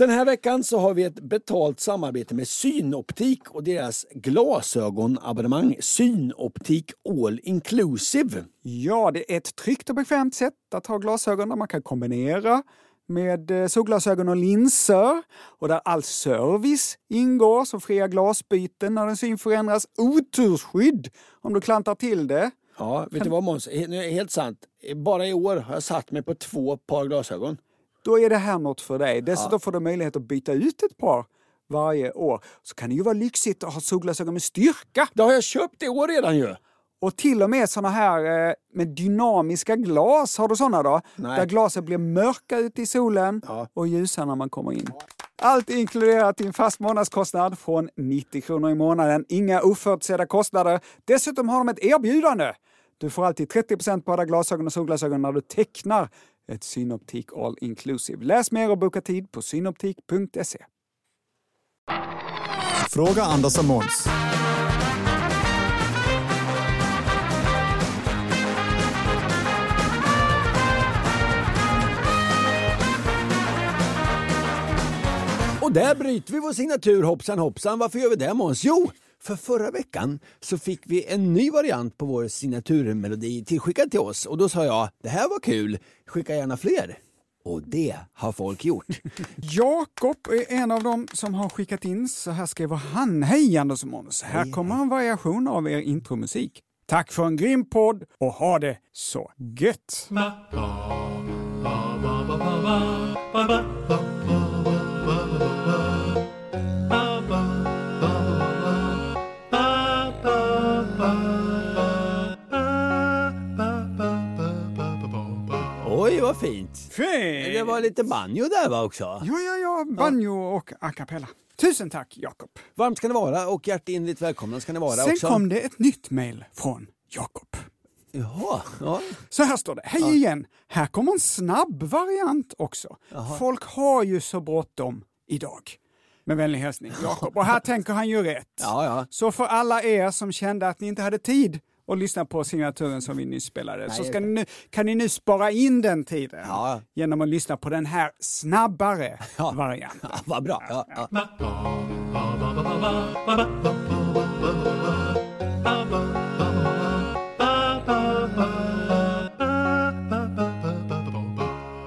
Den här veckan så har vi ett betalt samarbete med Synoptik och deras glasögonabonnemang Synoptik All Inclusive. Ja, det är ett tryggt och bekvämt sätt att ha glasögon där man kan kombinera med eh, solglasögon och linser och där all service ingår som fria glasbyten när din syn förändras, otursskydd om du klantar till det. Ja, vet du vad Måns? He- nu är det Helt sant. Eh, Bara i år har jag satt mig på två par glasögon. Då är det här något för dig. Dessutom får du möjlighet att byta ut ett par varje år. Så kan det ju vara lyxigt att ha solglasögon med styrka. Det har jag köpt i år redan ju! Och till och med såna här eh, med dynamiska glas, har du såna då? Nej. Där glasen blir mörka ute i solen och ljusa när man kommer in. Allt inkluderat i en fast månadskostnad från 90 kronor i månaden. Inga oförutsedda kostnader. Dessutom har de ett erbjudande. Du får alltid 30 på alla glasögon och solglasögon när du tecknar ett Synoptik All Inclusive. Läs mer och boka tid på synoptik.se. Fråga Anders och Måns. Och där bryter vi vår signatur hoppsan hoppsan. Varför gör vi det Måns? Jo, för förra veckan så fick vi en ny variant på vår signaturmelodi tillskickad till oss och då sa jag det här var kul, skicka gärna fler. Och det har folk gjort. Jakob är en av dem som har skickat in. Så här skriver han. Hej Anders och Måns. Här kommer en variation av er intromusik. Tack för en grym podd och ha det så gött! Oj vad fint. Fint! Det var lite banjo där va också. Ja, ja, ja. Banjo och a cappella. Tusen tack Jakob! Varmt ska ni vara och hjärtinligt välkomna ska ni vara Sen också. kom det ett nytt mejl från Jakob. Jaha, ja. Så här står det. Hej igen! Här kommer en snabb variant också. Folk har ju så bråttom idag. Med vänlig hälsning Jakob. Och här tänker han ju rätt. Ja, ja. Så för alla er som kände att ni inte hade tid att lyssna på signaturen som vi nyss spelade så ska ni nu, kan ni nu spara in den tiden Ja. genom att lyssna på den här snabbare varianten. ja vad bra. Ja, ja.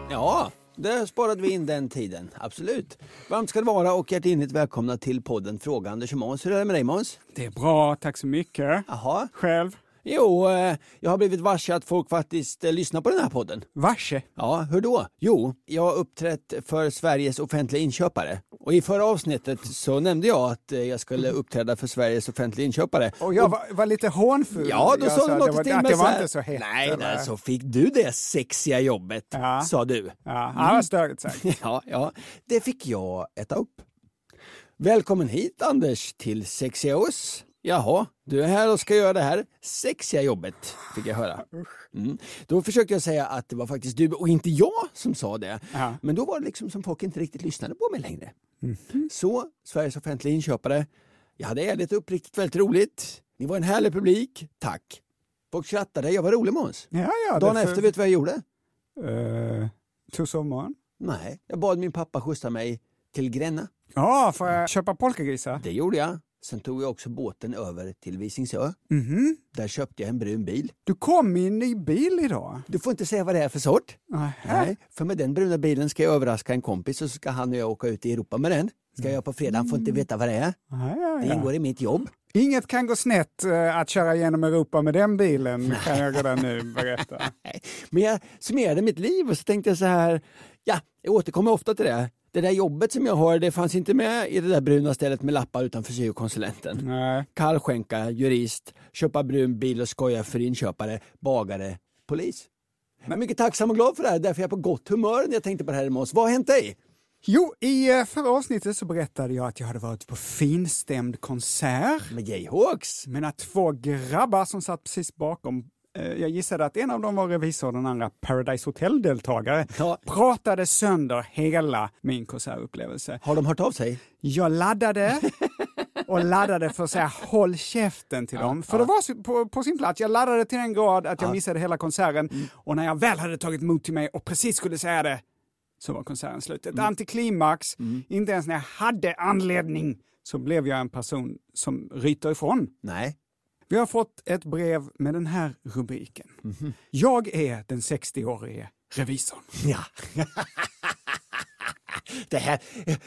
Ja, där sparade vi in den tiden. Absolut. Varmt ska det vara och hjärtinligt välkomna till podden Fråga Anders och Måns. Hur är det med dig Måns? Det är bra, tack så mycket. Jaha. Själv? Jo, eh, jag har blivit varse att folk faktiskt eh, lyssnar på den här podden. Varse. Ja, hur då? Jo, jag har uppträtt för Sveriges offentliga inköpare. Och i förra avsnittet så nämnde jag att eh, jag skulle uppträda för Sveriges offentliga inköpare. Och jag var, var lite hånfull. Ja, då Jag sa du att det något var, till Att mig det var här, inte så hett. Nej, eller? nej, så fick du det sexiga jobbet, Ja. sa du. Ja, ja, Mm. vad störigt sagt. Ja, ja, det fick jag äta upp. Välkommen hit Anders till Sexiga oss. Jaha, du är här och ska göra det här sexiga jobbet, fick jag höra. Mm. Då försökte jag säga att det var faktiskt du och inte jag som sa det. Ja. Men då var det liksom som folk inte riktigt lyssnade på mig längre. Mhm. Så, Sveriges offentliga inköpare. Jag hade ärligt och uppriktigt väldigt roligt. Ni var en härlig publik. Tack. Folk skrattade. Jag var rolig Måns. Ja, ja, Dagen det efter, vet du vad jag gjorde? Eh, tog sommaren. Nej, jag bad min pappa skjutsa mig till Gränna. Ja, får jag köpa polkagrisar? Det gjorde jag. Sen tog jag också båten över till Visingsö. Mhm. Där köpte jag en brun bil. Du kom i en ny bil idag. Du får inte säga vad det är för sort. Nähä. Nej, för med den bruna bilen ska jag överraska en kompis och så ska han och jag åka ut i Europa med den. Ska jag göra på fredag, han får inte veta vad det är. Mm. Ja, ja, Det ja. ingår i mitt jobb. Inget kan gå snett eh, att köra genom Europa med den bilen, kan jag redan nu berätta. Nej. Men jag summerade mitt liv och så tänkte jag så här, ja, jag återkommer ofta till det. Det där jobbet som jag har, det fanns inte med i det där bruna stället med lappar utanför syokonsulenten. Nej. kallskänka, jurist, köpa brun bil och skoja för inköpare, bagare, polis. Jag är mycket tacksam och glad för det här, därför jag är på gott humör när jag tänkte på det här med oss. Vad har hänt dig? Jo, i eh, förra avsnittet så berättade jag att jag hade varit på finstämd konsert. Med Jayhawks? Men att två grabbar som satt precis bakom eh, jag gissade att en av dem var revisor och den andra Paradise Hotel-deltagare. Ja. Pratade sönder hela min konsertupplevelse. Har de hört av sig? Jag laddade och laddade för att säga håll käften till dem. För det var så- på, på sin plats. Jag laddade till den grad att jag missade hela konserten. Och när jag väl hade tagit mod till mig och precis skulle säga det så var konserten slut. Ett antiklimax. Inte ens när jag hade anledning så blev jag en person som ryter ifrån. Nej. Vi har fått ett brev med den här rubriken. Mhm. Jag är den 60-årige revisorn. Ja. Det här,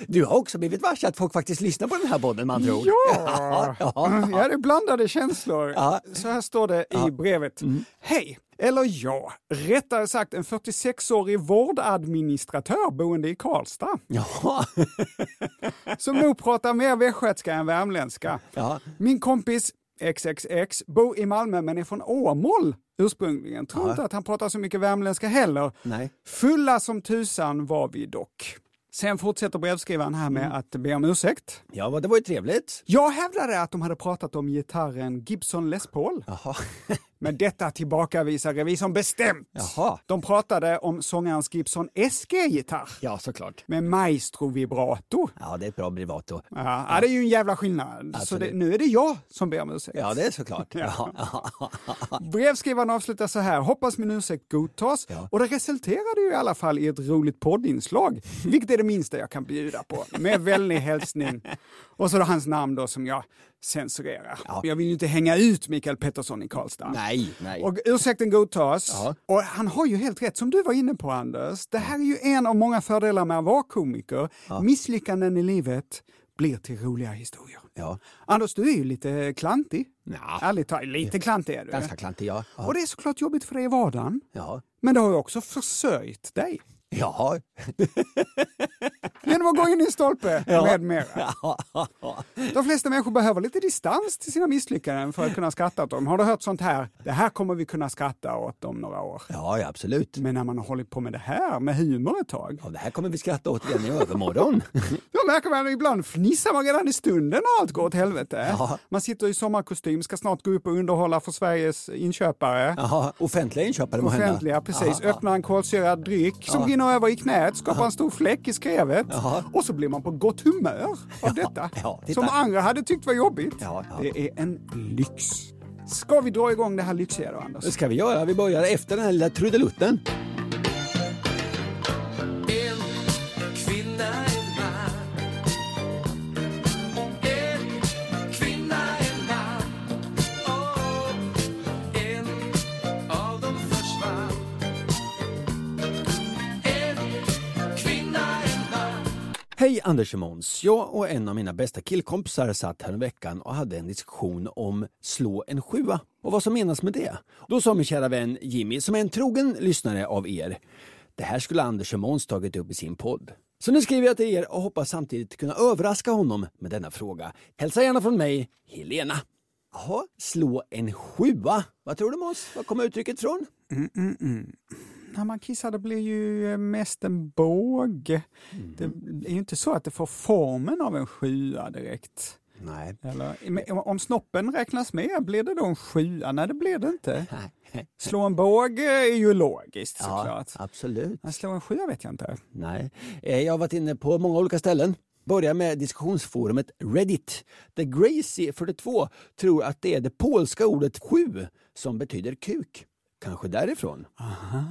du har också blivit varse att folk faktiskt lyssnar på den här podden med andra ord. Ja! ja. Jag hade blandade känslor. Ja. Mm. Så här står det i brevet. Hej! Eller ja, rättare sagt en 46-årig vårdadministratör boende i Karlstad Jaha. som nog pratar mer västgötska än värmländska. Ja. Min kompis XXX bor i Malmö men är från Åmål ursprungligen. Tror inte att han pratar så mycket värmländska heller. Nej. Fulla som tusan var vi dock. Sen fortsätter brevskrivaren här Mm. med att be om ursäkt. Ja, men det var ju trevligt. Jag hävdade att de hade pratat om gitarren Gibson Les Paul. Jaha. Men detta tillbakavisar revisorn bestämt. Jaha. De pratade om sångarens Gibson SG-gitarr Ja, såklart. med maestro-vibrato. Ja, det är ett bra privato. Ja, ja, det är ju en jävla skillnad. Så det, nu är det jag som ber om ursäkt. Ja, det är såklart. Ja. Brevskrivaren avslutar så här, hoppas min ursäkt godtas. Och det resulterade ju i alla fall i ett roligt poddinslag, vilket är det minsta jag kan bjuda på. Med vänlig hälsning. Och så då hans namn då som jag censurerar. Jag vill ju inte hänga ut Mikael Pettersson i Karlstad. Nej, nej. Och ursäkten godtas. Och han har ju helt rätt, som du var inne på Anders. Det här är ju en av många fördelar med att vara komiker. Misslyckanden i livet blir till roliga historier. Ja. Anders, du är ju lite klantig. Nja. Ärligt talat, lite klantig är du. Ganska klantig, ja. Ja. Och det är såklart jobbigt för dig i vardagen. Ja. Men det har ju också försörjt dig. Ja. Genom att gå in i en stolpe med mera. Ja. De flesta människor behöver lite distans till sina misslyckanden för att kunna skratta åt dem. Har du hört sånt här? Det här kommer vi kunna skratta åt om några år. Ja, ja, absolut. Men när man har hållit på med det här, med humor ett tag, Ja, det här kommer vi skratta åt igen i övermorgon. då märker man att ibland fnissar man redan i stunden när allt går åt helvete. Man sitter i sommarkostym, ska snart gå upp och underhålla för Sveriges inköpare. Jaha, offentliga inköpare må hända. Offentliga, precis. Öppnar en kolsyrad dryck som rinner över i knät, skapar en stor fläck i skrevet. Och så blir man på gott humör av detta. ja, titta. som andra hade tyckt var jobbigt. Ja, ja. Det är en lyx. Ska vi dra igång det här lyxiga då, Anders? Det ska vi göra. Vi börjar efter den här lilla trudelutten. Hej Anders och Måns. Jag och en av mina bästa killkompisar satt häromveckan och hade en diskussion om slå en sjua och vad som menas med det. Då sa min kära vän Jimmy, som är en trogen lyssnare av er, det här skulle Anders och Måns tagit upp i sin podd. Så nu skriver jag till er och hoppas samtidigt kunna överraska honom med denna fråga. Hälsa gärna från mig, Helena. Jaha, slå en sjua. Vad tror du Måns? Var kommer uttrycket ifrån? När man kissar det blir ju eh, mest en båge. Mm. Det är ju inte så att det får formen av en sjua direkt. Nej. Eller, men om- om snoppen räknas med, blir det då en sjua? Nej, det blir det inte. Slå en båge är ju logiskt såklart. absolut. Att slå en sjua vet jag inte. Nej, Eh, jag har varit inne på många olika ställen. Börjar med diskussionsforumet Reddit, där Gracie42 tror att det är det polska ordet sju som betyder kuk. Kanske därifrån?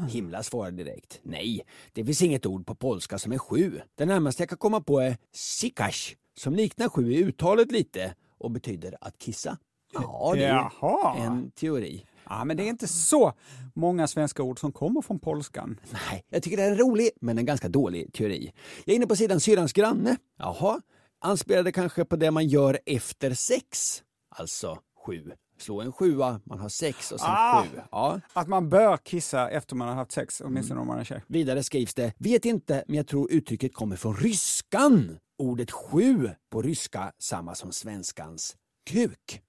Himla svarar direkt. Nej, det finns inget ord på polska som är sju. Det närmaste jag kan komma på är sikash, som liknar sju i uttalet lite och betyder att kissa. Ja, det är Jaha. en teori. Ja, men det är inte så många svenska ord som kommer från polskan. Nej, jag tycker det är en rolig, men en ganska dålig teori. Jag är inne på sidan syrrans granne. Jaha, anspelade kanske på det man gör efter sex. Alltså sju. Slå en sjua, man har sex och sen Ah! sju. Ja. Att man bör kissa efter man har haft sex, åtminstone om man är tjej. Vidare skrivs det, vet inte, men jag tror uttrycket kommer från ryskan. Ordet sju på ryska, samma som svenskans kuk.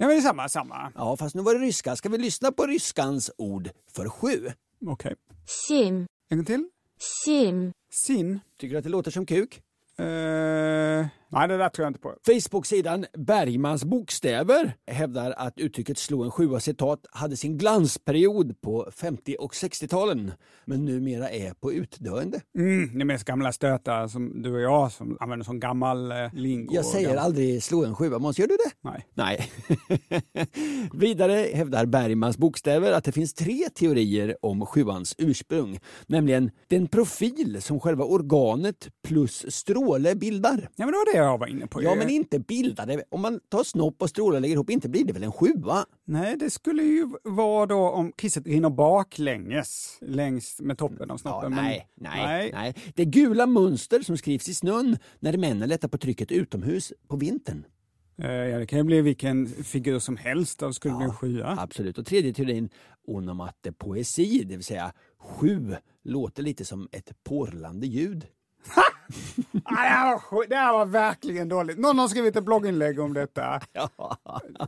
Ja, men det är samma, samma. Ja, fast nu var det ryska. Ska vi lyssna på ryskans ord för sju? Okej. sim, En gång till. sim, Sin. Tycker du att det låter som kuk? Eh, nej, det där tror jag inte på. Facebook-sidan Bergmans bokstäver hävdar att uttrycket slå en sjua citat hade sin glansperiod på 50 och 60-talen, men numera är på utdöende. Mm, det är mest gamla stötar som du och jag som använder som gammal eh, lingo. Jag och säger gammal- aldrig slå en sjua, Måns, gör du det? Nej. Nej. Vidare hävdar Bergmans bokstäver att det finns tre teorier om sjuans ursprung, nämligen den profil som själva organet plus stråle bildar. Ja, men det var det jag var inne på. Ja, ju. men inte bildade. Om man tar snopp och stråle och lägger ihop, inte blir det väl en sjua? Nej, det skulle ju vara då om kisset rinner baklänges längs med toppen av Mm, Ja, snoppen. men- nej, nej, nej, Det gula mönster som skrivs i snön när männen lättar på trycket utomhus på vintern. Eh, Ja, det kan ju bli vilken figur som helst av skulle bli en skya. Absolut. Och tredje teorin, onomatopoesi, det vill säga sju, låter lite som ett porlande ljud. Ah, det, här var, sk- det här var verkligen dåligt. Någon har skrivit ett blogginlägg om detta.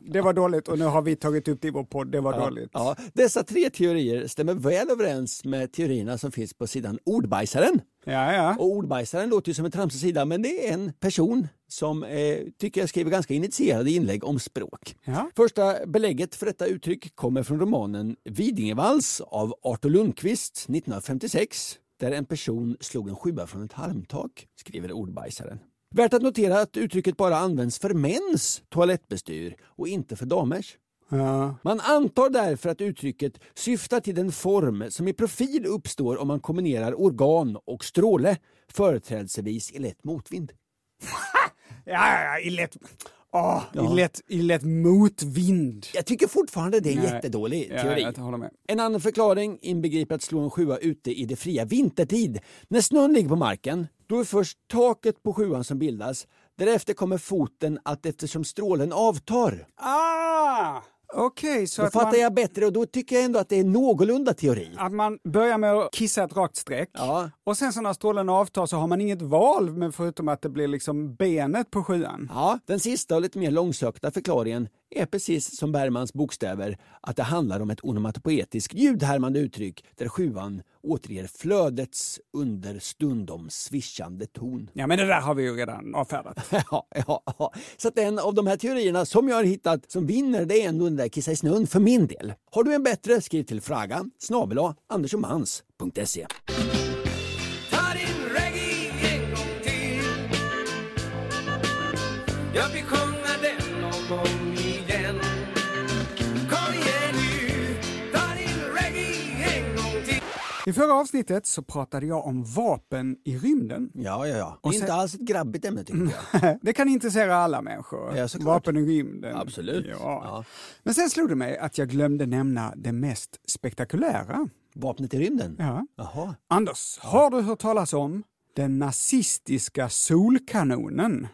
Det var dåligt och nu har vi tagit upp det i vår podd. Det var dåligt. Ja, dessa tre teorier stämmer väl överens med teorierna som finns på sidan Ordbajsaren. Ja, ja. Och Ordbajsaren låter ju som en tramsig sida, men det är en person som eh, tycker jag skriver ganska initierade inlägg om språk. Ja. Första belägget för detta uttryck kommer från romanen Vidingevals av Artur Lundqvist 1956, där en person slog en skybba från ett halmtak, skriver Ordbajsaren. Värt att notera att uttrycket bara används för mäns toalettbestyr och inte för damers. ja. Man antar därför att uttrycket syftar till den form som i profil uppstår om man kombinerar organ och stråle, företrädelsevis i lätt motvind. Ja, ja, i lätt... Åh, i, lätt, I lätt motvind. Jag tycker fortfarande det är en Nej. jättedålig Ja, teori. jag håller med. En annan förklaring inbegriper att slå en sjua ute i det fria vintertid. När snön ligger på marken, då är först taket på sjuan som bildas. Därefter kommer foten att eftersom strålen avtar. Ah! Okej, så Då att man, fattar jag bättre och då tycker jag ändå att det är någorlunda teori. att man börjar med att kissa ett rakt streck Ja. och sen så när strålen avtar så har man inget val men förutom att det blir liksom benet på sjuan. Ja, den sista och lite mer långsökta förklaringen är precis som Bergmans bokstäver att det handlar om ett onomatopoetiskt ljudhärmande uttryck där sjuan återger flödets understundom svischande ton. Ja, men det där har vi ju redan avfärdat. Ja, ja, ja. Så att en av de här teorierna som jag har hittat som vinner det är ändå den där kissa i snön för min del. Har du en bättre skriv till fragan snabel andersomans.se. Ta din reggae en gång till Jag vill sjunga den någon gång igen Kom igen nu Ta din reggae en gång till I förra avsnittet så pratade jag om vapen i rymden. Ja, ja, ja. Det är inte alls ett grabbigt ämne tycker jag. Det kan intressera alla människor. Ja, såklart. vapen i rymden. Absolut. Ja. Ja. Men sen slog det mig att jag glömde nämna det mest spektakulära. Vapnet i rymden? Ja. Jaha. Anders, har du hört talas om den nazistiska solkanonen?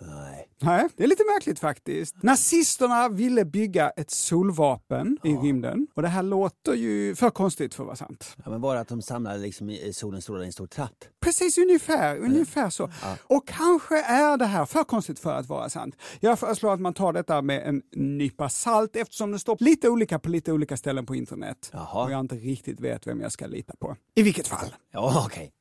Nej. Nej, det är lite märkligt faktiskt. Nazisterna ville bygga ett solvapen i rymden och det här låter ju för konstigt för att vara sant. Ja, men bara att de samlar liksom i- i solens strålar i en stor tratt. Precis ungefär, ungefär så. Och kanske är det här för konstigt för att vara sant. Jag föreslår att man tar detta med en nypa salt eftersom det står lite olika på lite olika ställen på internet. Jaha. Och jag inte riktigt vet vem jag ska lita på. I vilket fall. Ja, okej.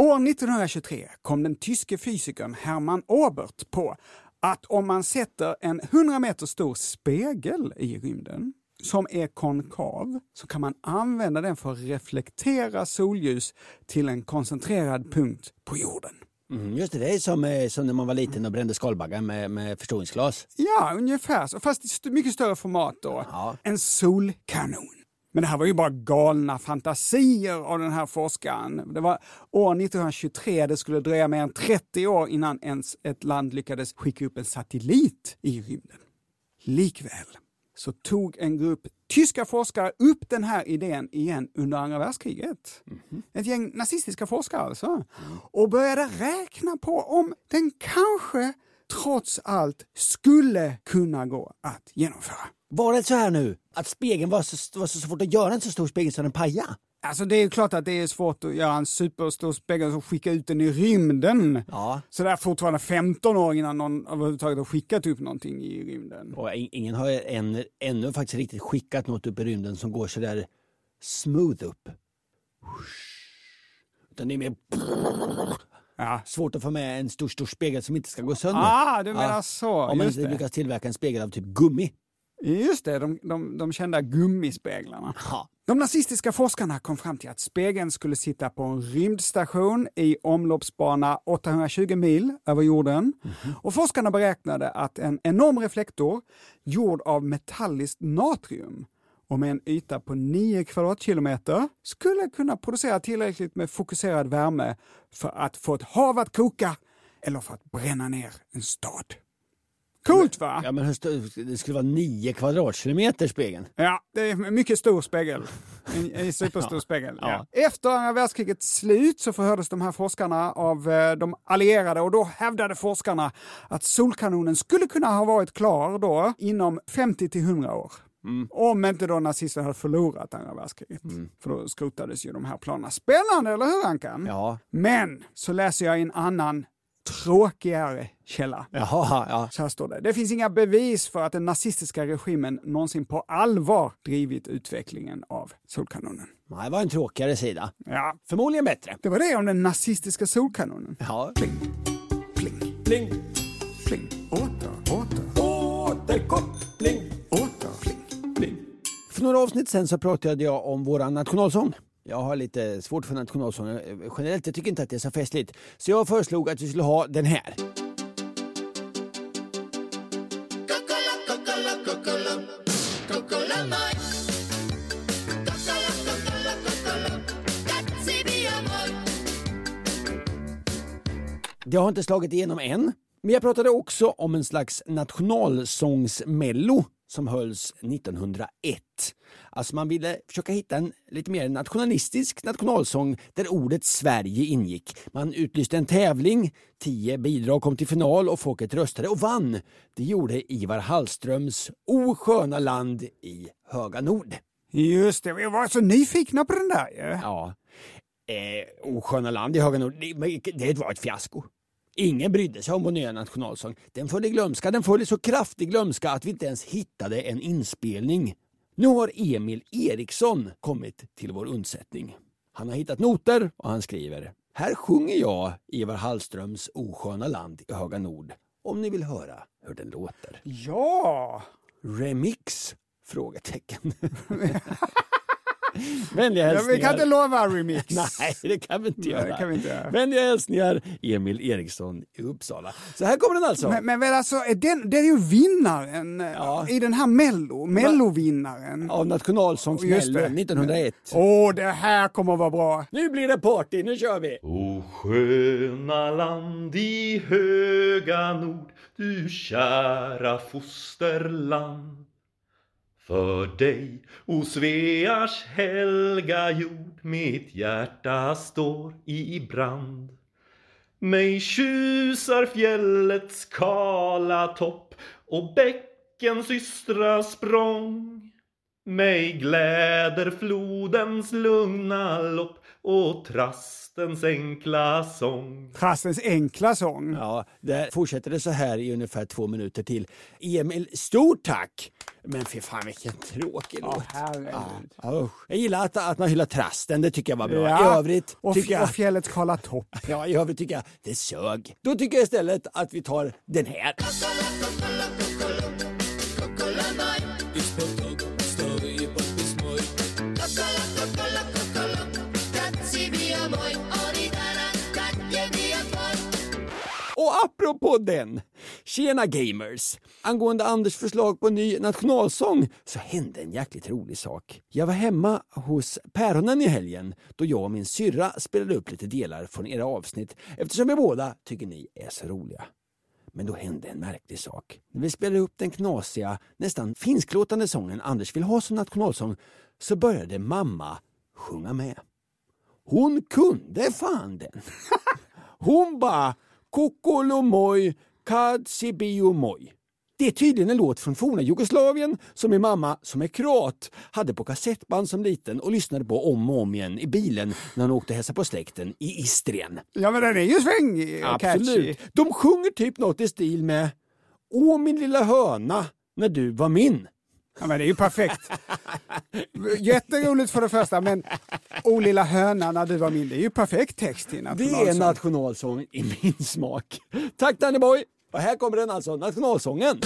År 1923 kom den tyske fysikern Hermann Obert på att om man sätter en 100 meter stor spegel i rymden som är konkav så kan man använda den för att reflektera solljus till en koncentrerad punkt på jorden. Mm, just det, det är som, eh, som när man var liten och brände skalbaggar med, med förstoringsglas. Ja, ungefär så. Fast i st- mycket större format då. En solkanon. Men det här var ju bara galna fantasier av den här forskaren. Det var år 1923, det skulle dröja mer än 30 år innan ens ett land lyckades skicka upp en satellit i rymden. Likväl så tog en grupp tyska forskare upp den här idén igen under andra världskriget. Ett gäng nazistiska forskare alltså. Och började räkna på om den kanske trots allt skulle kunna gå att genomföra. Var det så här nu att spegeln var så, var så svårt att göra en så stor spegel så den pajade? Alltså det är ju klart att det är svårt att göra en superstor spegel och skicka ut den i rymden. Ja. Så det är fortfarande 15 år innan någon överhuvudtaget har skickat upp någonting i rymden. Och in- ingen har än, ännu faktiskt riktigt skickat något upp i rymden som går sådär smooth up. Utan det är mer Ja. svårt att få med en stor, stor spegel som inte ska gå sönder. Ah, du menar så. Om man Just inte det. lyckas tillverka en spegel av typ gummi. Just det, de, de, de kända gummispeglarna. Ja. De nazistiska forskarna kom fram till att spegeln skulle sitta på en rymdstation i omloppsbana 820 mil över jorden. Mhm. Och forskarna beräknade att en enorm reflektor gjord av metalliskt natrium och med en yta på 9 kvadratkilometer skulle kunna producera tillräckligt med fokuserad värme för att få ett hav att koka eller för att bränna ner en stad. Coolt va? Ja, men hur stor- det skulle vara nio kvadratkilometer spegeln. Ja, det är en mycket stor spegel. En, en superstor spegel. Ja. Efter andra världskrigets slut så förhördes de här forskarna av eh, de allierade och då hävdade forskarna att Solkanonen skulle kunna ha varit klar då inom 50 till 100 år. Om inte då nazisterna hade förlorat andra världskriget. För då skrotades ju de här planerna. Spännande, eller hur Ankan? Ja. Men så läser jag i en annan tråkigare källa. Jaha, ja. Så här står det. Det finns inga bevis för att den nazistiska regimen någonsin på allvar drivit utvecklingen av solkanonen. Nej, det var en tråkigare sida. Ja, Förmodligen bättre. det var det om den nazistiska solkanonen. Ja. Pling, Pling, pling, åter, åter, återkoppling. åter, pling, pling. För några avsnitt sen så pratade jag om våran nationalsång. Jag har lite svårt för nationalsånger eh, generellt. Jag tycker inte att det är så festligt. Så jag föreslog att vi skulle ha den här. Det har inte slagit igenom än. Men jag pratade också om en slags nationalsångsmello som hölls 1901. Alltså man ville försöka hitta en lite mer nationalistisk nationalsång där ordet Sverige ingick. Man utlyste en tävling, tio bidrag kom till final och folket röstade och vann. Det gjorde Ivar Hallströms O sköna land i höga nord. Just det, vi var så nyfikna på den där ju. Ja. Eh, o sköna land i höga nord, det, men det var ett fiasko. Ingen brydde sig om vår nya nationalsång. Den föll i glömska. Den föll i så kraftig glömska att vi inte ens hittade en inspelning. Nu har Emil Eriksson kommit till vår undsättning. Han har hittat noter och han skriver Här sjunger jag Ivar Hallströms O sköna land i höga nord. Om ni vill höra hur den låter. Ja! Remix? Frågetecken. Vänliga ja hälsningar. vi kan inte lova remix. Nej, det kan vi inte Nej, göra. det kan vi inte göra. Vänliga hälsningar, Emil Eriksson i Uppsala. Så här kommer den alltså. Men, men väl alltså, är den, det är ju vinnaren eh, Ja. i den här Mello, Mellovinnaren. Av Just det. nationalsångsmällen 1901. Åh, det här kommer att vara bra. Nu blir det party, nu kör vi! O sköna land i höga nord, du kära fosterland. För dig, o Sveas helga jord, mitt hjärta står i brand. Mig tjusar fjällets kala topp och bäckens ystra språng. Mig gläder flodens lugna lopp och trastens enkla sång. Trastens enkla sång. Ja, där fortsätter det så här i ungefär två minuter till. Emil, stort tack! Men fy fan vilken tråkig låt. herregud. Ja, usch. jag gillar att, att man hyllar trasten, det tycker jag var bra. Ja, I övrigt och, tycker fj- jag... och fjällets kala topp. Ja, i övrigt tycker jag det sög. Då tycker jag istället att vi tar den här. Och apropå den, tjena gamers! Angående Anders förslag på ny nationalsång så hände en jäkligt rolig sak. Jag var hemma hos Päronen i helgen då jag och min syrra spelade upp lite delar från era avsnitt eftersom vi båda tycker ni är så roliga. Men då hände en märklig sak. När vi spelade upp den knasiga, nästan finsklåtande sången Anders vill ha som nationalsång så började mamma sjunga med. Hon kunde fan den. Hon bara Kokolomoj Katsibiomoj. Det är tydligen en låt från forna Jugoslavien som min mamma, som är kroat, hade på kassettband som liten och lyssnade på om och om igen i bilen när hon åkte hälsa på släkten i Istrien. Ja men den är ju svängig och catchy. Absolut. De sjunger typ något i stil med Åh min lilla höna när du var min. Ja, men det är ju perfekt. Jätteroligt för det första, men O lilla höna när du var min, det är ju perfekt text till Det är nationalsång. nationalsången i min smak. Tack Danny Boy! Och här kommer den alltså, nationalsången.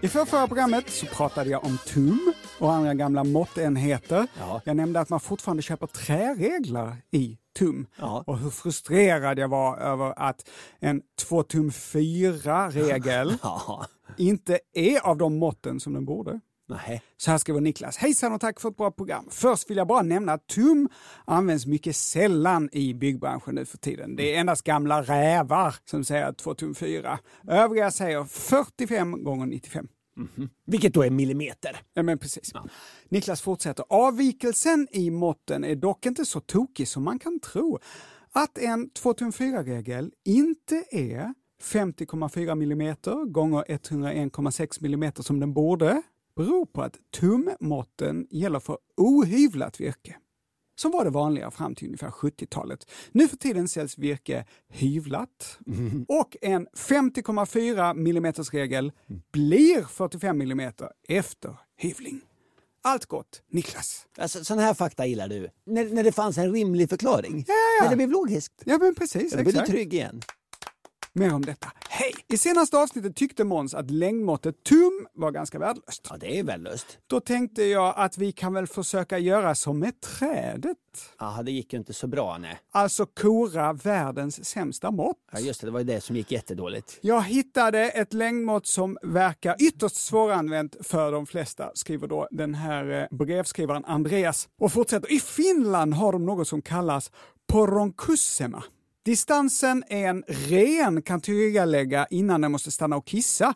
I förra programmet så pratade jag om tum och andra gamla måttenheter. Ja. Jag nämnde att man fortfarande köper träreglar i tum Ja. och hur frustrerad jag var över att en 2 tum 4-regel Ja, inte är av de måtten som den borde. nej. Så här skriver Niklas. Hejsan och tack för ett bra program. Först vill jag bara nämna att tum används mycket sällan i byggbranschen nu för tiden. Det är endast gamla rävar som säger 2 tum 4. Övriga säger 45 gånger 95. Vilket då är millimeter. Ja, men precis. Niklas fortsätter. Avvikelsen i måtten är dock inte så tokig som man kan tro. Att en 2 tum 4-regel inte är 50,4 mm gånger 101,6 mm som den borde beror på att tummåtten gäller för ohyvlat virke. Som var det vanliga fram till ungefär 70-talet. Nu för tiden säljs virke hyvlat och en 50,4 mm regel blir 45 mm efter hyvling. Allt gott, Niklas. Alltså, sån här fakta gillar du. När, när det fanns en rimlig förklaring. När det blev logiskt. Ja, men precis. Då blir du exakt. trygg igen. Mer om detta. Hej! I senaste avsnittet tyckte Måns att längdmåttet tum var ganska värdelöst. Ja, det är vällöst. Då tänkte jag att vi kan väl försöka göra som med trädet. Ja, det gick ju inte så bra, nej. Alltså kora världens sämsta mått. Ja, just det, det var ju det som gick jättedåligt. Jag hittade ett längdmått som verkar ytterst svåranvänt för de flesta, skriver då den här eh, brevskrivaren Andreas. Och fortsätter, i Finland har de något som kallas poronkussema. Distansen en ren kan tillrättalägga innan den måste stanna och kissa,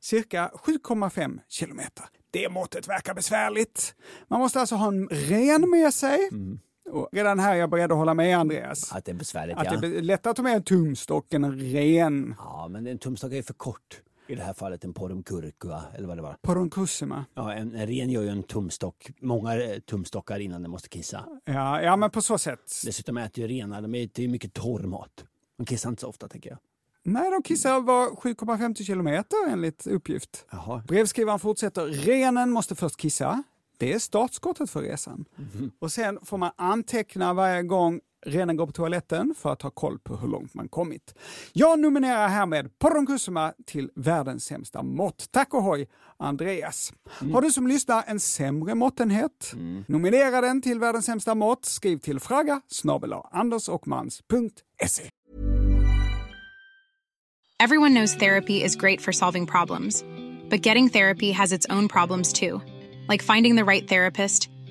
cirka 7,5 kilometer. Det måttet verkar besvärligt. Man måste alltså ha en ren med sig. Och redan här är jag beredd att hålla med Andreas. Att det är besvärligt, Att ja. det är lättare att ta med en tumstock än en ren. Ja, men en tumstock är ju för kort. I det här fallet en porumkurkua, eller vad det var. Poronkussema. Ja, en, en ren gör ju en tumstock, många eh, tumstockar innan den måste kissa. Ja, ja, men på så sätt. Dessutom äter ju renar, de äter ju mycket torr mat. De kissar inte så ofta, tänker jag. Nej, de kissar var 7,50 kilometer enligt uppgift. Jaha. Brevskrivaren fortsätter. Renen måste först kissa. Det är startskottet för resan. Och sen får man anteckna varje gång renen går på toaletten för att ha koll på hur långt man kommit. Jag nominerar härmed Poronkusuma till världens sämsta mått. Tack och hoj, Andreas. Har du som lyssnar en sämre måttenhet? Nominera den till världens sämsta mått. Skriv till fragga snabel andersochmans.se. Everyone knows therapy is great for solving problems, but getting therapy has its own problems too, like finding the right therapist,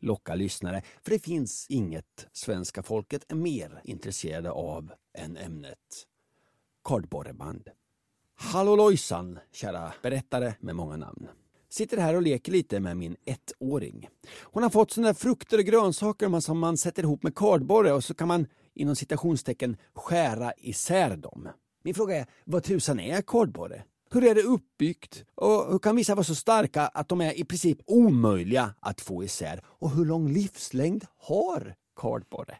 locka lyssnare. För det finns inget svenska folket är mer intresserade av än ämnet kardborreband. Hallå Lojsan, kära berättare med många namn. Sitter här och leker lite med min ettåring. Hon har fått såna där frukter och grönsaker man- som man sätter ihop med kardborre och så kan man inom citationstecken skära isär dem. Min fråga är, vad tusan är kardborre? Hur är det uppbyggt? Och hur kan vissa vara så starka att de är i princip omöjliga att få isär? Och hur lång livslängd har kardborre?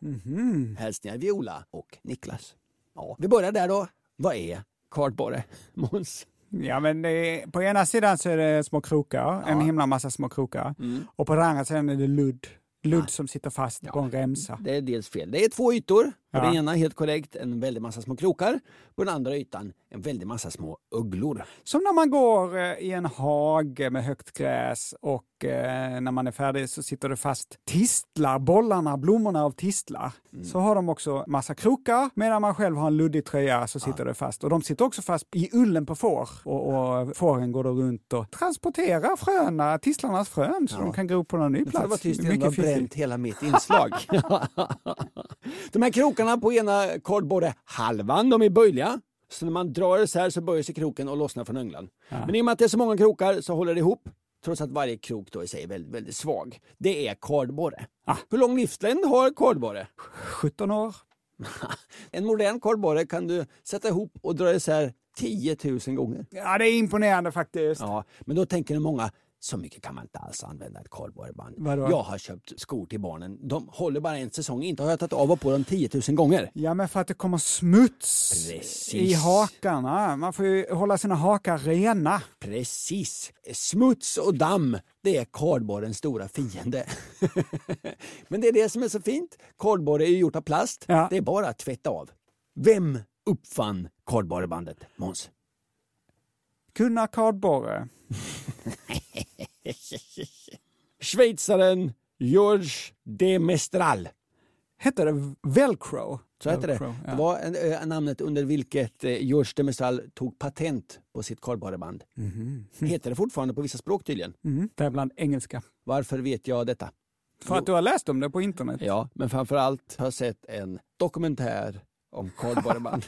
Hälsningar Viola och Niklas. Ja, vi börjar där då. Vad är kardborre, Måns? Ja, men det är, på ena sidan så är det små krokar, en himla massa små krokar. Mm. Och på den andra sidan är det ludd. Ludd som sitter fast på en remsa. Det är dels fel. Det är två ytor. På Ja. den ena, helt korrekt, en väldig massa små krokar. På den andra ytan, en väldig massa små ugglor. Som när man går eh, i en hage med högt gräs och eh, när man är färdig så sitter det fast tistlar, bollarna, blommorna av tistlar. Mm. Så har de också massa krokar medan man själv har en luddig tröja så sitter det fast. Och de sitter också fast i ullen på får. Och, och fåren går då runt och transporterar fröna, tistlarnas frön så de kan gro på någon ny Nu får det vara plats. tyst innan du har Mycket fiffigt. bränt hela mitt inslag. de här krokarna på ena kardborrehalvan, de är böjliga. Så när man drar isär så böjer sig kroken och lossnar från önglan. Men i och med att det är så många krokar så håller det ihop. Trots att varje krok då i sig är väldigt, väldigt svag. Det är kardborre. Ah. Hur lång livslängd har kardborre? 17 år. En modern kardborre kan du sätta ihop och dra isär 10 000 gånger. Ja, det är imponerande faktiskt. Ja, men då tänker nog många så mycket kan man inte alls använda ett kardborreband. Vadå? Jag har köpt skor till barnen. De håller bara en säsong. Inte har jag tagit av och på dem 10 000 gånger. Ja, men för att det kommer smuts Precis. i hakarna. Man får ju hålla sina hakar rena. Precis. Smuts och damm, det är kardborrens stora fiende. men det är det som är så fint. Kardborre är ju gjort av plast. Ja. Det är bara att tvätta av. Vem uppfann kardborrebandet, Måns? Gunnar Kardborre. Schweizaren George de Mestral. Hette det velcro? Så hette det. Velcro, ja. Det var en, eh, namnet under vilket eh, George de Mestral tog patent på sitt kardborreband. Mhm. Heter det fortfarande på vissa språk tydligen. Mm. Däribland engelska. Varför vet jag detta? För att du har läst om det på internet? Ja, men framförallt har jag sett en dokumentär om kardborreband.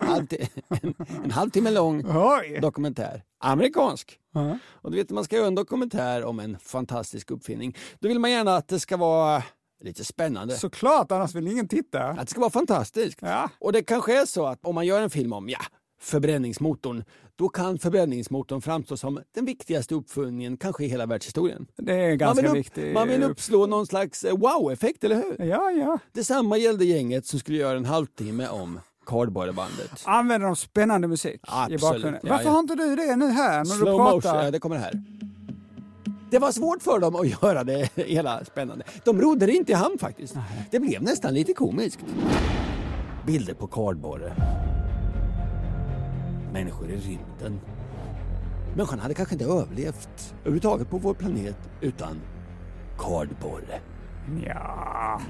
Halvti- en, en halvtimme lång Oj! dokumentär. Amerikansk. Ja. Och du vet, när man ska göra en dokumentär om en fantastisk uppfinning, då vill man gärna att det ska vara lite spännande. Såklart, annars vill ingen titta. Att det ska vara fantastiskt. Ja. Och det kanske är så att om man gör en film om, ja, förbränningsmotorn, då kan förbränningsmotorn framstå som den viktigaste uppfinningen kanske i hela världshistorien. Det är Man ganska vill, upp, viktigt. man vill uppslå någon slags eh, wow-effekt, eller hur? Ja, ja. Detsamma gällde gänget som skulle göra en halvtimme om kardborrebandet. Använder de spännande musik Absolut, i bakgrunden? ja, Varför ja. har inte du det nu här när Slow du pratar? motion, ja, det kommer här. Det var svårt för dem att göra det hela spännande. De rodde det inte i hamn faktiskt. Det blev nästan lite komiskt. Bilder på kardborre. Människor i rymden. Människan hade kanske inte överlevt överhuvudtaget på vår planet utan kardborre. Ja.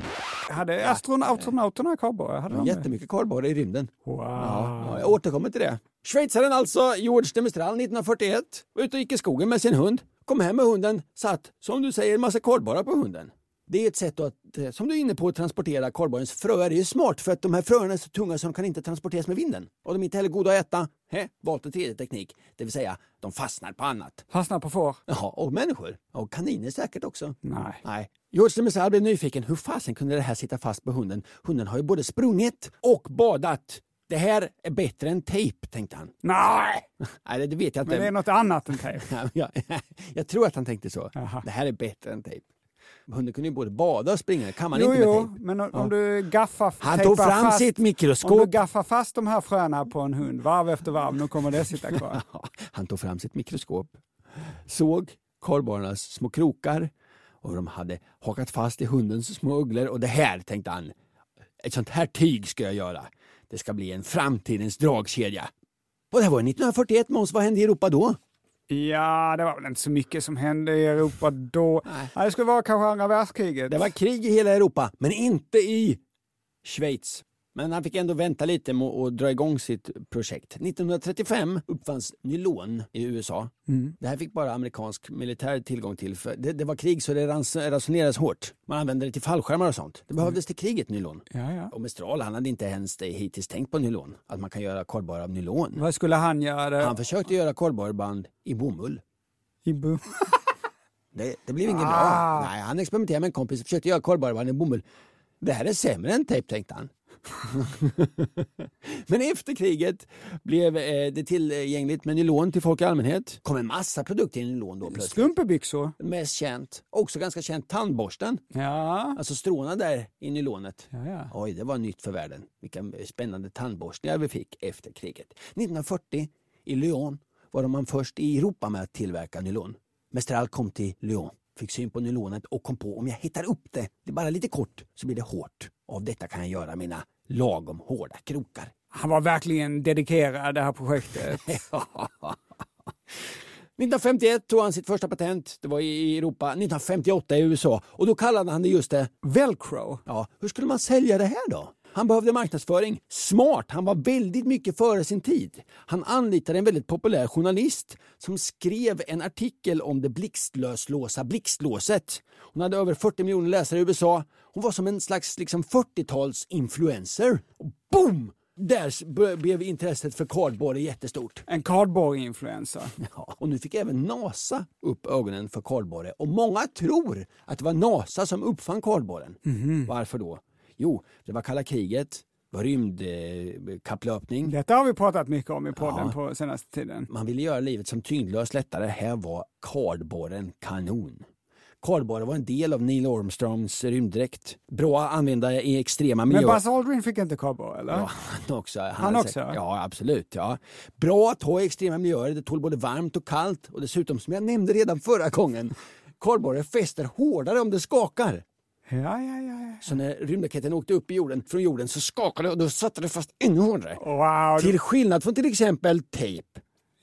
Hade astronauterna kardborre? Hade de det? Jättemycket kardborre i rymden. Wow. Ja, jag återkommer till det. Schweizaren alltså, George de Mistral 1941, var ute och gick i skogen med sin hund. Kom hem med hunden, satt, som du säger, en massa kardborrar på hunden. Det är ett sätt att, eh, som du är inne på, att transportera kardborrens fröer. Det är ju smart för att de här fröerna är så tunga så de kan inte transporteras med vinden. Och de är inte heller goda att äta. Hä? Valt en tredje teknik, det vill säga de fastnar på annat. Fastnar på får? Jaha, och människor. Och kaniner säkert också. Nej. Nej. George de Messal blev nyfiken. Hur fasen kunde det här sitta fast på hunden? Hunden har ju både sprungit och badat. Det här är bättre än tejp, tänkte han. Nej! Nej, det vet jag inte. Men det är något annat än tejp. jag, jag tror att han tänkte så. Jaha. Det här är bättre än tejp. Hunden kunde ju både bada och springa. Det kan man Jo, inte med jo, tejp. men om om du gaffar Han tejpar tog fram fast, sitt mikroskop. Om du gaffar fast de här fröna på en hund varv efter varv, nu kommer det sitta kvar. Ja, Han tog fram sitt mikroskop, såg kardborrarnas små krokar och de hade hakat fast i hundens små ugglor. Och det här, tänkte han, ett sånt här tyg ska jag göra. Det ska bli en framtidens dragkedja. Och det här var 1941, Måns. Vad hände i Europa då? Ja, det var väl inte så mycket som hände i Europa då. Nej. Det skulle vara kanske andra världskriget. Det var krig i hela Europa, men inte i Schweiz. Men han fick ändå vänta lite med att dra igång sitt projekt. 1935 uppfanns nylon i USA. Det här fick bara amerikansk militär tillgång till. För det, det var krig så det rans- ransonerades hårt. Man använde det till fallskärmar och sånt. Det behövdes till kriget, nylon. Ja, ja. Och Mistral, han hade inte ens det hittills tänkt på nylon. Att man kan göra kardborre av nylon. Vad skulle han göra? Han försökte göra kardborreband i bomull. I bu- Det, det blev inget Ah. bra. Nej, han experimenterade med en kompis och försökte göra korvbarban i bomull. Det här är sämre än tejp, tänkte han. Men efter kriget blev eh, det tillgängligt med nylon till folk i allmänhet. kom en massa produkter i nylon då plötsligt. Skumpebyxor. Mest känt, också ganska känt, tandborsten. Ja. Alltså stråna där i nylonet. Ja, ja. Oj, det var nytt för världen. Vilka spännande tandborstningar vi fick efter kriget. 1940 i Lyon var man först i Europa med att tillverka nylon. Mestral kom till Lyon, fick syn på nylonet och kom på om jag hittar upp det, det är bara lite kort, så blir det hårt. Av detta kan jag göra mina lagom hårda krokar. Han var verkligen dedikerad det här projektet. 1951 tog han sitt första patent, det var i Europa, 1958 i USA och då kallade han det just det Velcro. Ja, hur skulle man sälja det här då? Han behövde marknadsföring. Smart! Han var väldigt mycket före sin tid. Han anlitade en väldigt populär journalist som skrev en artikel om det blixtlöslåsa blixtlåset. Hon hade över 40 miljoner läsare i USA. Hon var som en slags liksom, 40-tals-influencer. Och Boom! Där s- b- blev intresset för kardborre jättestort. En kardborreinfluencer. Ja, och nu fick även NASA upp ögonen för kardborre och många tror att det var NASA som uppfann kardborren. Varför då? Jo, det var kalla kriget, det var rymdkapplöpning. Detta har vi pratat mycket om i podden på senaste tiden. Man ville göra livet som tyngdlöst lättare. Här var kardborren kanon. Kardborre var en del av Neil Armstrongs rymddräkt. Bra att använda i extrema Men miljöer. Buzz Aldrin fick inte kardborre, eller? Ja, han också. Han, Han har också? säkert- ja, absolut. Ja. Bra att ha i extrema miljöer. Det tål både varmt och kallt. Och dessutom, som jag nämnde redan förra gången, kardborre fäster hårdare om det skakar. ja, ja, ja. Så när rymdraketen åkte upp i jorden, från jorden så skakade det och då satte det fast ännu hårdare. ja. Wow. du- Till skillnad från till exempel tejp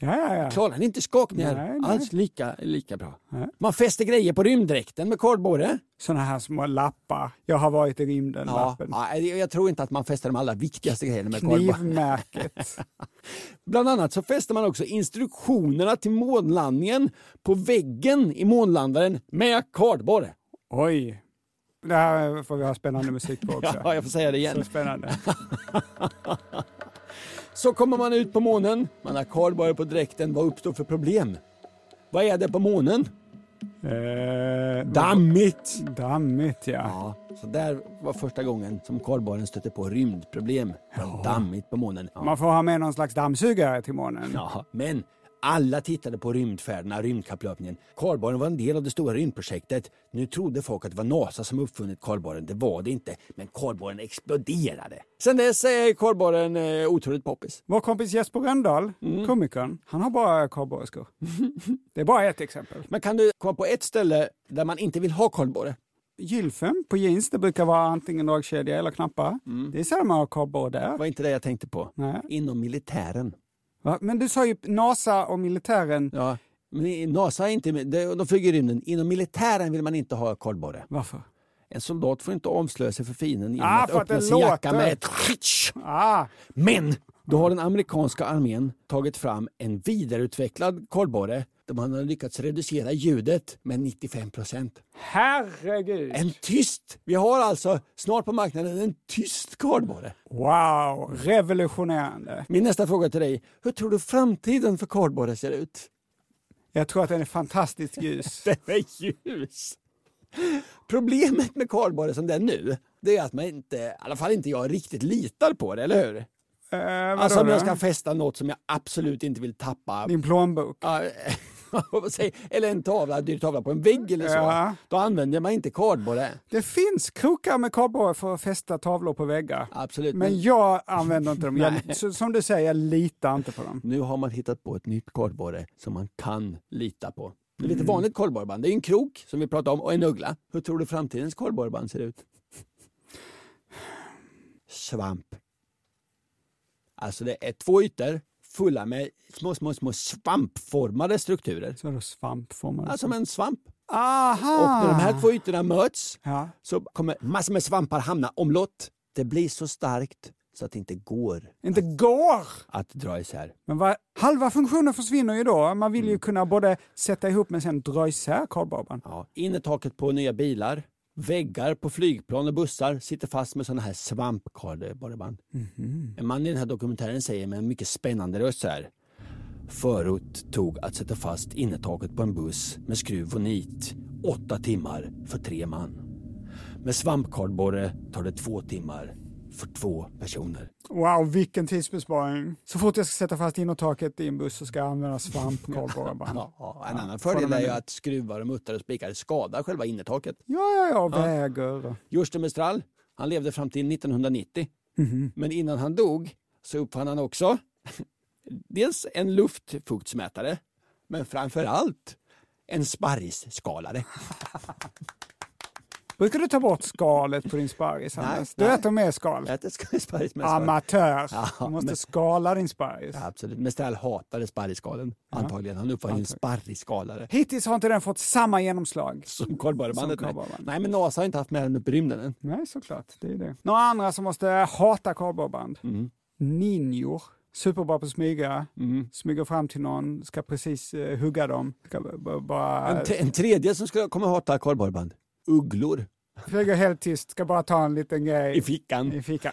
Ja, ja, ja. klarar han inte skakningar Nej, nej. alls lika, lika bra. Man fäster grejer på rymddräkten med kardborre. Sådana här små lappar. Jag har varit i rymden, Ja, lappen. ja, jag tror inte att man fäster de allra viktigaste grejerna med kardborre. Knivmärket. Bland annat så fäster man också instruktionerna till månlandningen på väggen i månlandaren med kardborre. Oj. Det här får vi ha spännande musik på också. Ja, jag får säga det Så igen. spännande. Så kommer man ut på månen, man har kardborre på dräkten. Vad uppstår för problem? Vad är det på månen? eh, Dammigt! dammigt, ja. Ja, så där var första gången som kardborren stötte på rymdproblem. Ja. Dammigt på månen. Ja. Man får ha med någon slags dammsugare till månen. Ja, men alla tittade på rymdfärderna, rymdkapplöpningen. Kardborren var en del av det stora rymdprojektet. Nu trodde folk att det var NASA som uppfunnit kardborren. Det var det inte. Men kardborren exploderade. Sen dess är kardborren eh, otroligt poppis. Vår kompis Jesper Rönndahl, Mm. komikern, han har bara cowboyskor. det är bara ett exempel. Men kan du komma på ett ställe där man inte vill ha kardborre? Gylfen på jeans, det brukar vara antingen dragkedja eller knappar. Mm. Det är samma cowboy där. Det var inte det jag tänkte på. Nej. Inom militären. Va? Men du sa ju NASA och militären. Ja. Men i- NASA är inte... de- De flyger i rymden. Inom militären vill man inte ha kardborre. Varför? En soldat får inte avslöja sig för fienden genom Ah, att för att öppna det sin jacka låter. med ett... Ah, Men då har den amerikanska armén tagit fram en vidareutvecklad kardborre där man har lyckats reducera ljudet med 95 procent. herregud! En tyst! Vi har alltså snart på marknaden en tyst kardborre. Wow, revolutionerande. Min nästa fråga till dig. Hur tror du framtiden för kardborre ser ut? Jag tror att den är fantastiskt ljus. Eh, Den är ljus! Problemet med kardborre som det är nu, det är att man inte, i alla fall inte jag, riktigt litar på det, eller hur? Eh, vadå Alltså om då? jag ska fästa något som jag absolut inte vill tappa. Din plånbok. Ja, vad säger- eller en tavla, en dyr tavla på en vägg eller så. Ja. Då använder man inte kardborre. Det finns krokar med kardborre för att fästa tavlor på väggar. Absolut, men- Men jag använder inte dem. Nej. Jag, så- som du säger, jag litar inte på dem. Nu har man hittat på ett nytt kardborre som man kan lita på. Det är lite vanligt kardborreband. Det är en krok som vi pratade om och en uggla. Hur tror du framtidens kardborreband ser ut? Svamp. Alltså det är två ytor fulla med små, små, små svampformade strukturer. Så är det svampformade. Ja, Som en svamp. Aha! Alltså, Och när de här två ytorna möts Ja. så kommer massor med svampar hamna omlott. Det blir så starkt så att det inte går Inte går! att dra isär. Men vad, halva funktionen försvinner ju då. Man vill ju Mm. kunna både sätta ihop men sen dra isär kardborren. Ja, innertaket på nya bilar, väggar på flygplan och bussar sitter fast med sådana här svampkardborreband. En man i den här dokumentären säger med en mycket spännande röst så här. Förut tog att sätta fast innertaket på en buss med skruv och nit åtta timmar för tre man. Med svampkardborre tar det två timmar för två personer. Wow, vilken tidsbesparing. Så fort jag ska sätta fast innertaket i en buss så ska jag använda svamp, kolborreband. Ja, ja, en annan Från och fördel med är ju nu. att skruvar, och muttrar och spikar skadar själva innertaket. Ja, ja, ja, väger. Jorsten Mestral, han levde fram till 1990. Men innan han dog så uppfann han också dels en luftfuktsmätare, men framför allt en sparrisskalare. Brukar du ta bort skalet på din sparris Nej, annars? Du nej. äter mer skal. Jag äter sk- sparris med sparris. Amatör! Ja, Du måste men- skala din sparris. Absolut. Mestral hatade sparrisskalen, antagligen. Han uppfann ju en sparrisskalare. Hittills har inte den fått samma genomslag. Som Karl Borgbandet. Som Karl Nej. Borgbandet. nej, men NASA har inte haft med den upp i rymden än. Nej, såklart. Det är det. Några andra som måste hata kardborreband. Mm. Ninjor. Superbra på att smyga. Smyger fram till någon, ska precis eh, hugga dem. Ska b- b- bara En, te- en tredje som skulle komma hata Karl Borgband. Ugglor flyger helt tyst, ska bara ta en liten grej i fickan. i fickan.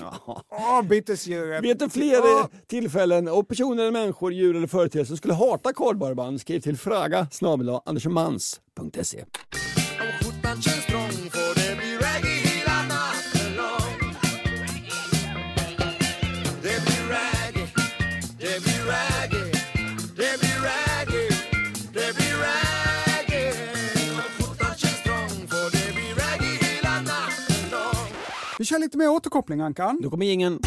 Ja. Åh, bytesdjuret! Vet du fler eh, tillfällen och personer, människor, djur eller företeelser som skulle hata kardborreband? Skriv till fraga snabel andersmans.se. Skjortan känns trång för det blir reggae hela natten lång Det blir reggae, det blir reggae, det blir reggae, det blir reggae Skjortan känns trång för det blir reggae hela natten lång Vi kör lite mer återkoppling, Ankan. Nu kommer ingen.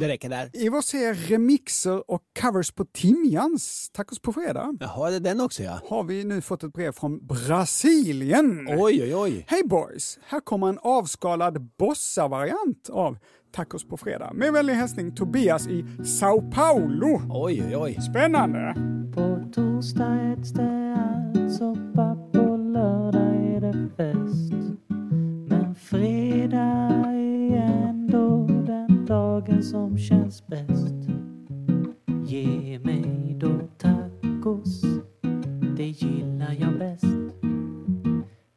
Det räcker där. I vår serie remixer och covers på Timjans Tacos på fredag Jaha, det är den också ja. har vi nu fått ett brev från Brasilien. Oj, oj, oj. Hej boys! Här kommer en avskalad bossa-variant av Tacos på fredag. Med vänlig hälsning Tobias i Sao Paulo. Oj, oj, oj. Spännande! På torsdag äts det allsoppa, på lördag är det fest. Men fredag är ändå den dagen som känns bäst. Ge mig då tacos, det gillar jag bäst.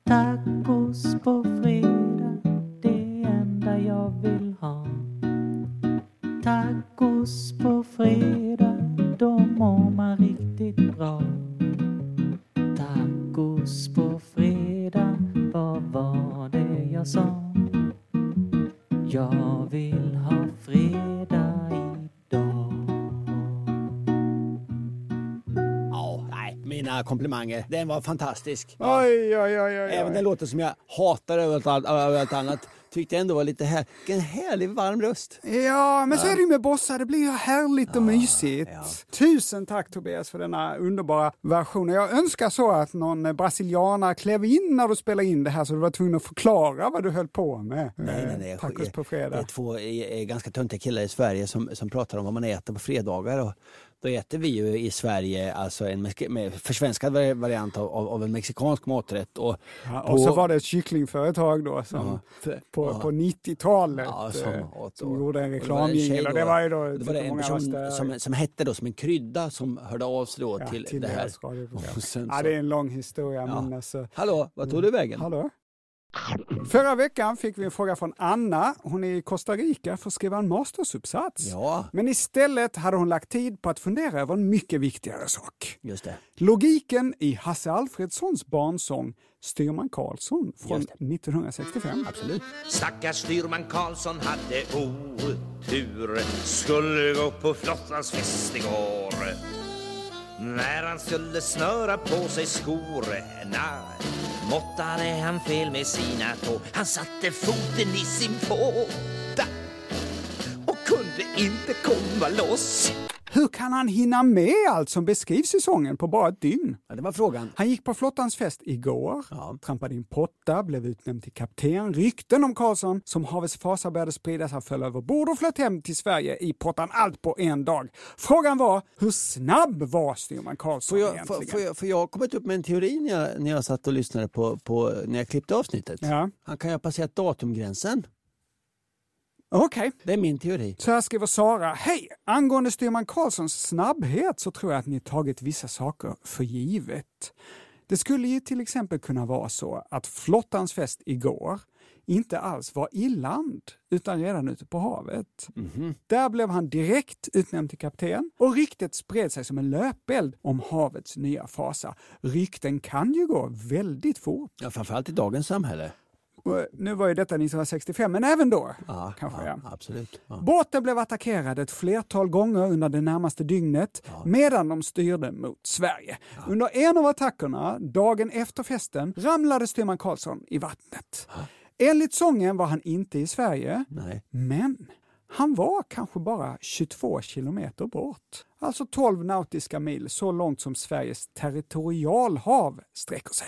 Tacos på fredag, det enda jag vill ha. Tacos på fredag, då mår man riktigt bra. Tacos på fredag, vad var det jag sa? Jag vill ha fredag idag. Ja, nej, mina komplimanger. Den var fantastisk. Oj, oj, oj, oj. Även oj. den låten som jag hatar över allt, över allt annat tyckte ändå var lite här. Vilken härlig varm röst. Ja, men så är det ju med bossar. Det blir ju härligt och mysigt. Tusen tack Tobias för denna underbara version. Och Jag önskar så att någon eh, brasilianare klev in när du spelade in det här så du var tvungen att förklara vad du höll på med. Nej, nej, Eh, nej. Tacos på Det är fredag. två eh, eh, ganska töntiga killar i Sverige som, som pratar om vad man äter på fredagar. Och då äter vi ju i Sverige alltså en mex- med försvenskad vari- variant av, av, av en mexikansk maträtt. Och, Ja, på- och så var det ett kycklingföretag då som Ja, för- på, ja. på 90-talet Ja, som eh, åt- som och- gjorde en och det var en tjej reklamjingel. Och det var ju då, det var det en många person röster. som, som hette då som en krydda som hörde av sig då Ja, till, det här. deras radioprogram. Och sen Ja, så- det är en lång historia, Ja. men alltså... Hallå, vad tog du vägen? Hallå? Förra veckan fick vi en fråga från Anna. Hon är i Costa Rica för att skriva en mastersuppsats. Ja. Men istället hade hon lagt tid på att fundera över en mycket viktigare sak. Just det. Logiken i Hasse Alfredssons barnsång Styrman Karlsson från 1965. Absolut. Stackars styrman Karlsson hade otur Skulle gå på flottans fest igår När han skulle snöra på sig skorna Måttade han fel med sina tå Han satte foten i sin fåta Och kunde inte komma loss Hur kan han hinna med allt som beskrivs i sången på bara ett dygn? Ja, det var frågan. Han gick på flottans fest igår, Ja. trampade in potta, blev utnämnd till kapten. Rykten om Karlsson som havets fasa började spridas, han föll över bord och flöt hem till Sverige i pottan, allt på en dag. Frågan var, hur snabb var styrman Karlsson Får jag, egentligen? får, får jag, får jag har kommit upp med en teori när jag, när jag satt och lyssnade på, på när jag klippte avsnittet. Ja. Han kan ju ha passerat datumgränsen. Okej. Det är min teori. Så här skriver Sara. Hej! Angående styrman Karlssons snabbhet så tror jag att ni tagit vissa saker för givet. Det skulle ju till exempel kunna vara så att flottans fest igår inte alls var i land utan redan ute på havet. Mhm. Där blev han direkt utnämnd till kapten och ryktet spred sig som en löpeld om havets nya fasa. Rykten kan ju gå väldigt fort. Ja, framförallt i dagens samhälle. Och eh, nu var ju detta 1965, men även då. Ja, kanske ja, ja. absolut. Ja. Båten blev attackerad ett flertal gånger under det närmaste dygnet medan de styrde mot Sverige. Under en av attackerna, dagen efter festen, ramlade styrman Karlsson i vattnet. Enligt sången var han inte i Sverige, Nej. men han var kanske bara 22 kilometer bort. Alltså 12 nautiska mil, så långt som Sveriges territorialhav sträcker sig.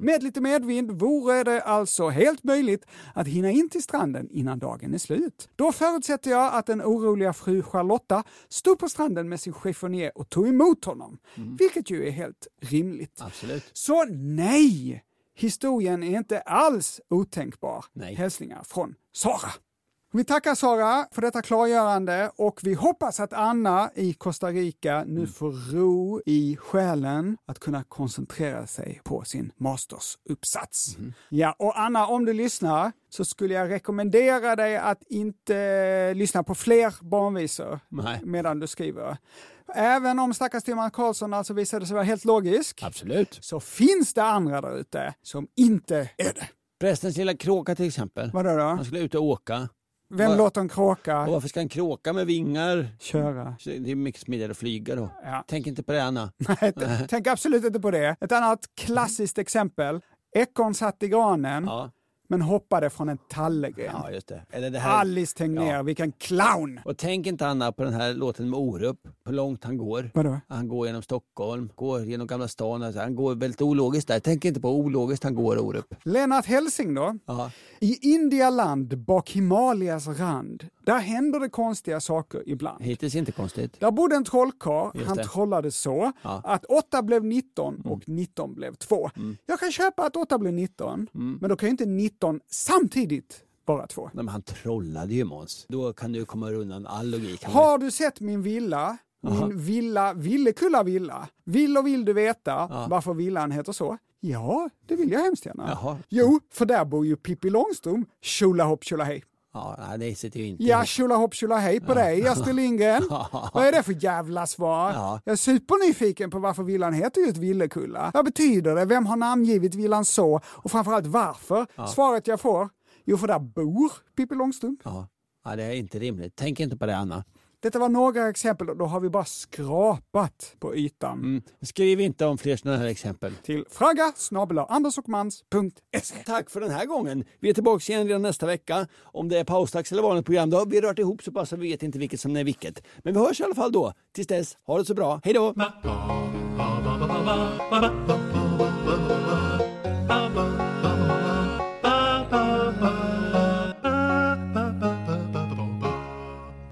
Med lite medvind vore det alltså helt möjligt att hinna in till stranden innan dagen är slut. Då förutsätter jag att den oroliga fru Charlotta stod på stranden med sin chiffonier och tog emot honom, vilket ju är helt rimligt. Absolut. Så nej! Historien är inte alls otänkbar. Nej. Hälsningar från Sara. Vi tackar Sara för detta klargörande och vi hoppas att Anna i Costa Rica nu Mm. får ro i själen att kunna koncentrera sig på sin mastersuppsats. Mm-hmm. Ja, och Anna, om du lyssnar så skulle jag rekommendera dig att inte lyssna på fler barnvisor Nej. medan du skriver. Även om stackars Timman Karlsson alltså visade sig vara helt logisk Absolut. så finns det andra där ute som inte är det. Prästens lilla kråka till exempel. Vadå då? Han skulle ut och åka. Vem Alltså, Vad- låter en kråka Och varför ska en kråka med vingar? köra? Så Det är mycket smidigare att flyga då. Ja. Tänk inte på det Anna. Nej, t- tänk absolut inte på det. Ett annat klassiskt exempel. Ekorren satt i granen Ja, men hoppade från en tallegren. ja just det. Eller det här. Alice Tegnér, vilken clown! Och tänk inte Anna på den här låten med Orup, hur långt han går. Vadå? Han går genom Stockholm, går genom Gamla stan. Alltså, han går väldigt ologiskt där. Tänk inte på hur ologiskt han går Orup. Lennart Helsing då? Ja. I Indialand bak Himalayas rand, där händer det konstiga saker ibland. Hittills inte konstigt. Där bodde en trollkarl, Just han det. trollade så Ja. Mm. att 8 blev 19 och 19 blev 2. Jag kan köpa att 8 blev 19, Mm. men då kan ju inte 19 samtidigt vara 2. Nej, men han trollade ju Måns. Då kan du komma undan all logik. Han- Har du sett min villa? Min villa, Villekulla villa. Vill och vill du veta varför villan heter så? Ja, det vill jag hemskt gärna. Jaha. Jo, för där bor ju Pippi Långstrump. Tjolahopp tjolahej. Ja, nej, det sitter ju inte Ja, ihop. tjolahopp tjolahej på dig, Astrid Lindgren. Ja. Vad är det för jävla svar? Ja. Jag är supernyfiken på varför villan heter just Villekulla. Vad betyder det? Vem har namngivit villan så? Och framförallt varför? Svaret jag får? Jo, för där bor Pippi Långstrump. Ja. ja, det är inte rimligt. Tänk inte på det Anna. Detta var några exempel och då har vi bara skrapat på ytan. Mm. Skriv inte om fler sådana här exempel. Till fragga andersochmans.se. Tack för den här gången. Vi är tillbaka igen redan nästa vecka. Om det är pausdags eller vanligt program, då har vi rört ihop så pass att vi vet inte vilket som är vilket. Men vi hörs i alla fall då. Tills dess, ha det så bra. Hej då!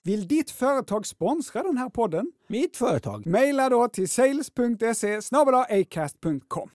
Vill ditt företag sponsra den här podden? Mitt företag. E Maila då till sales.se acast.com.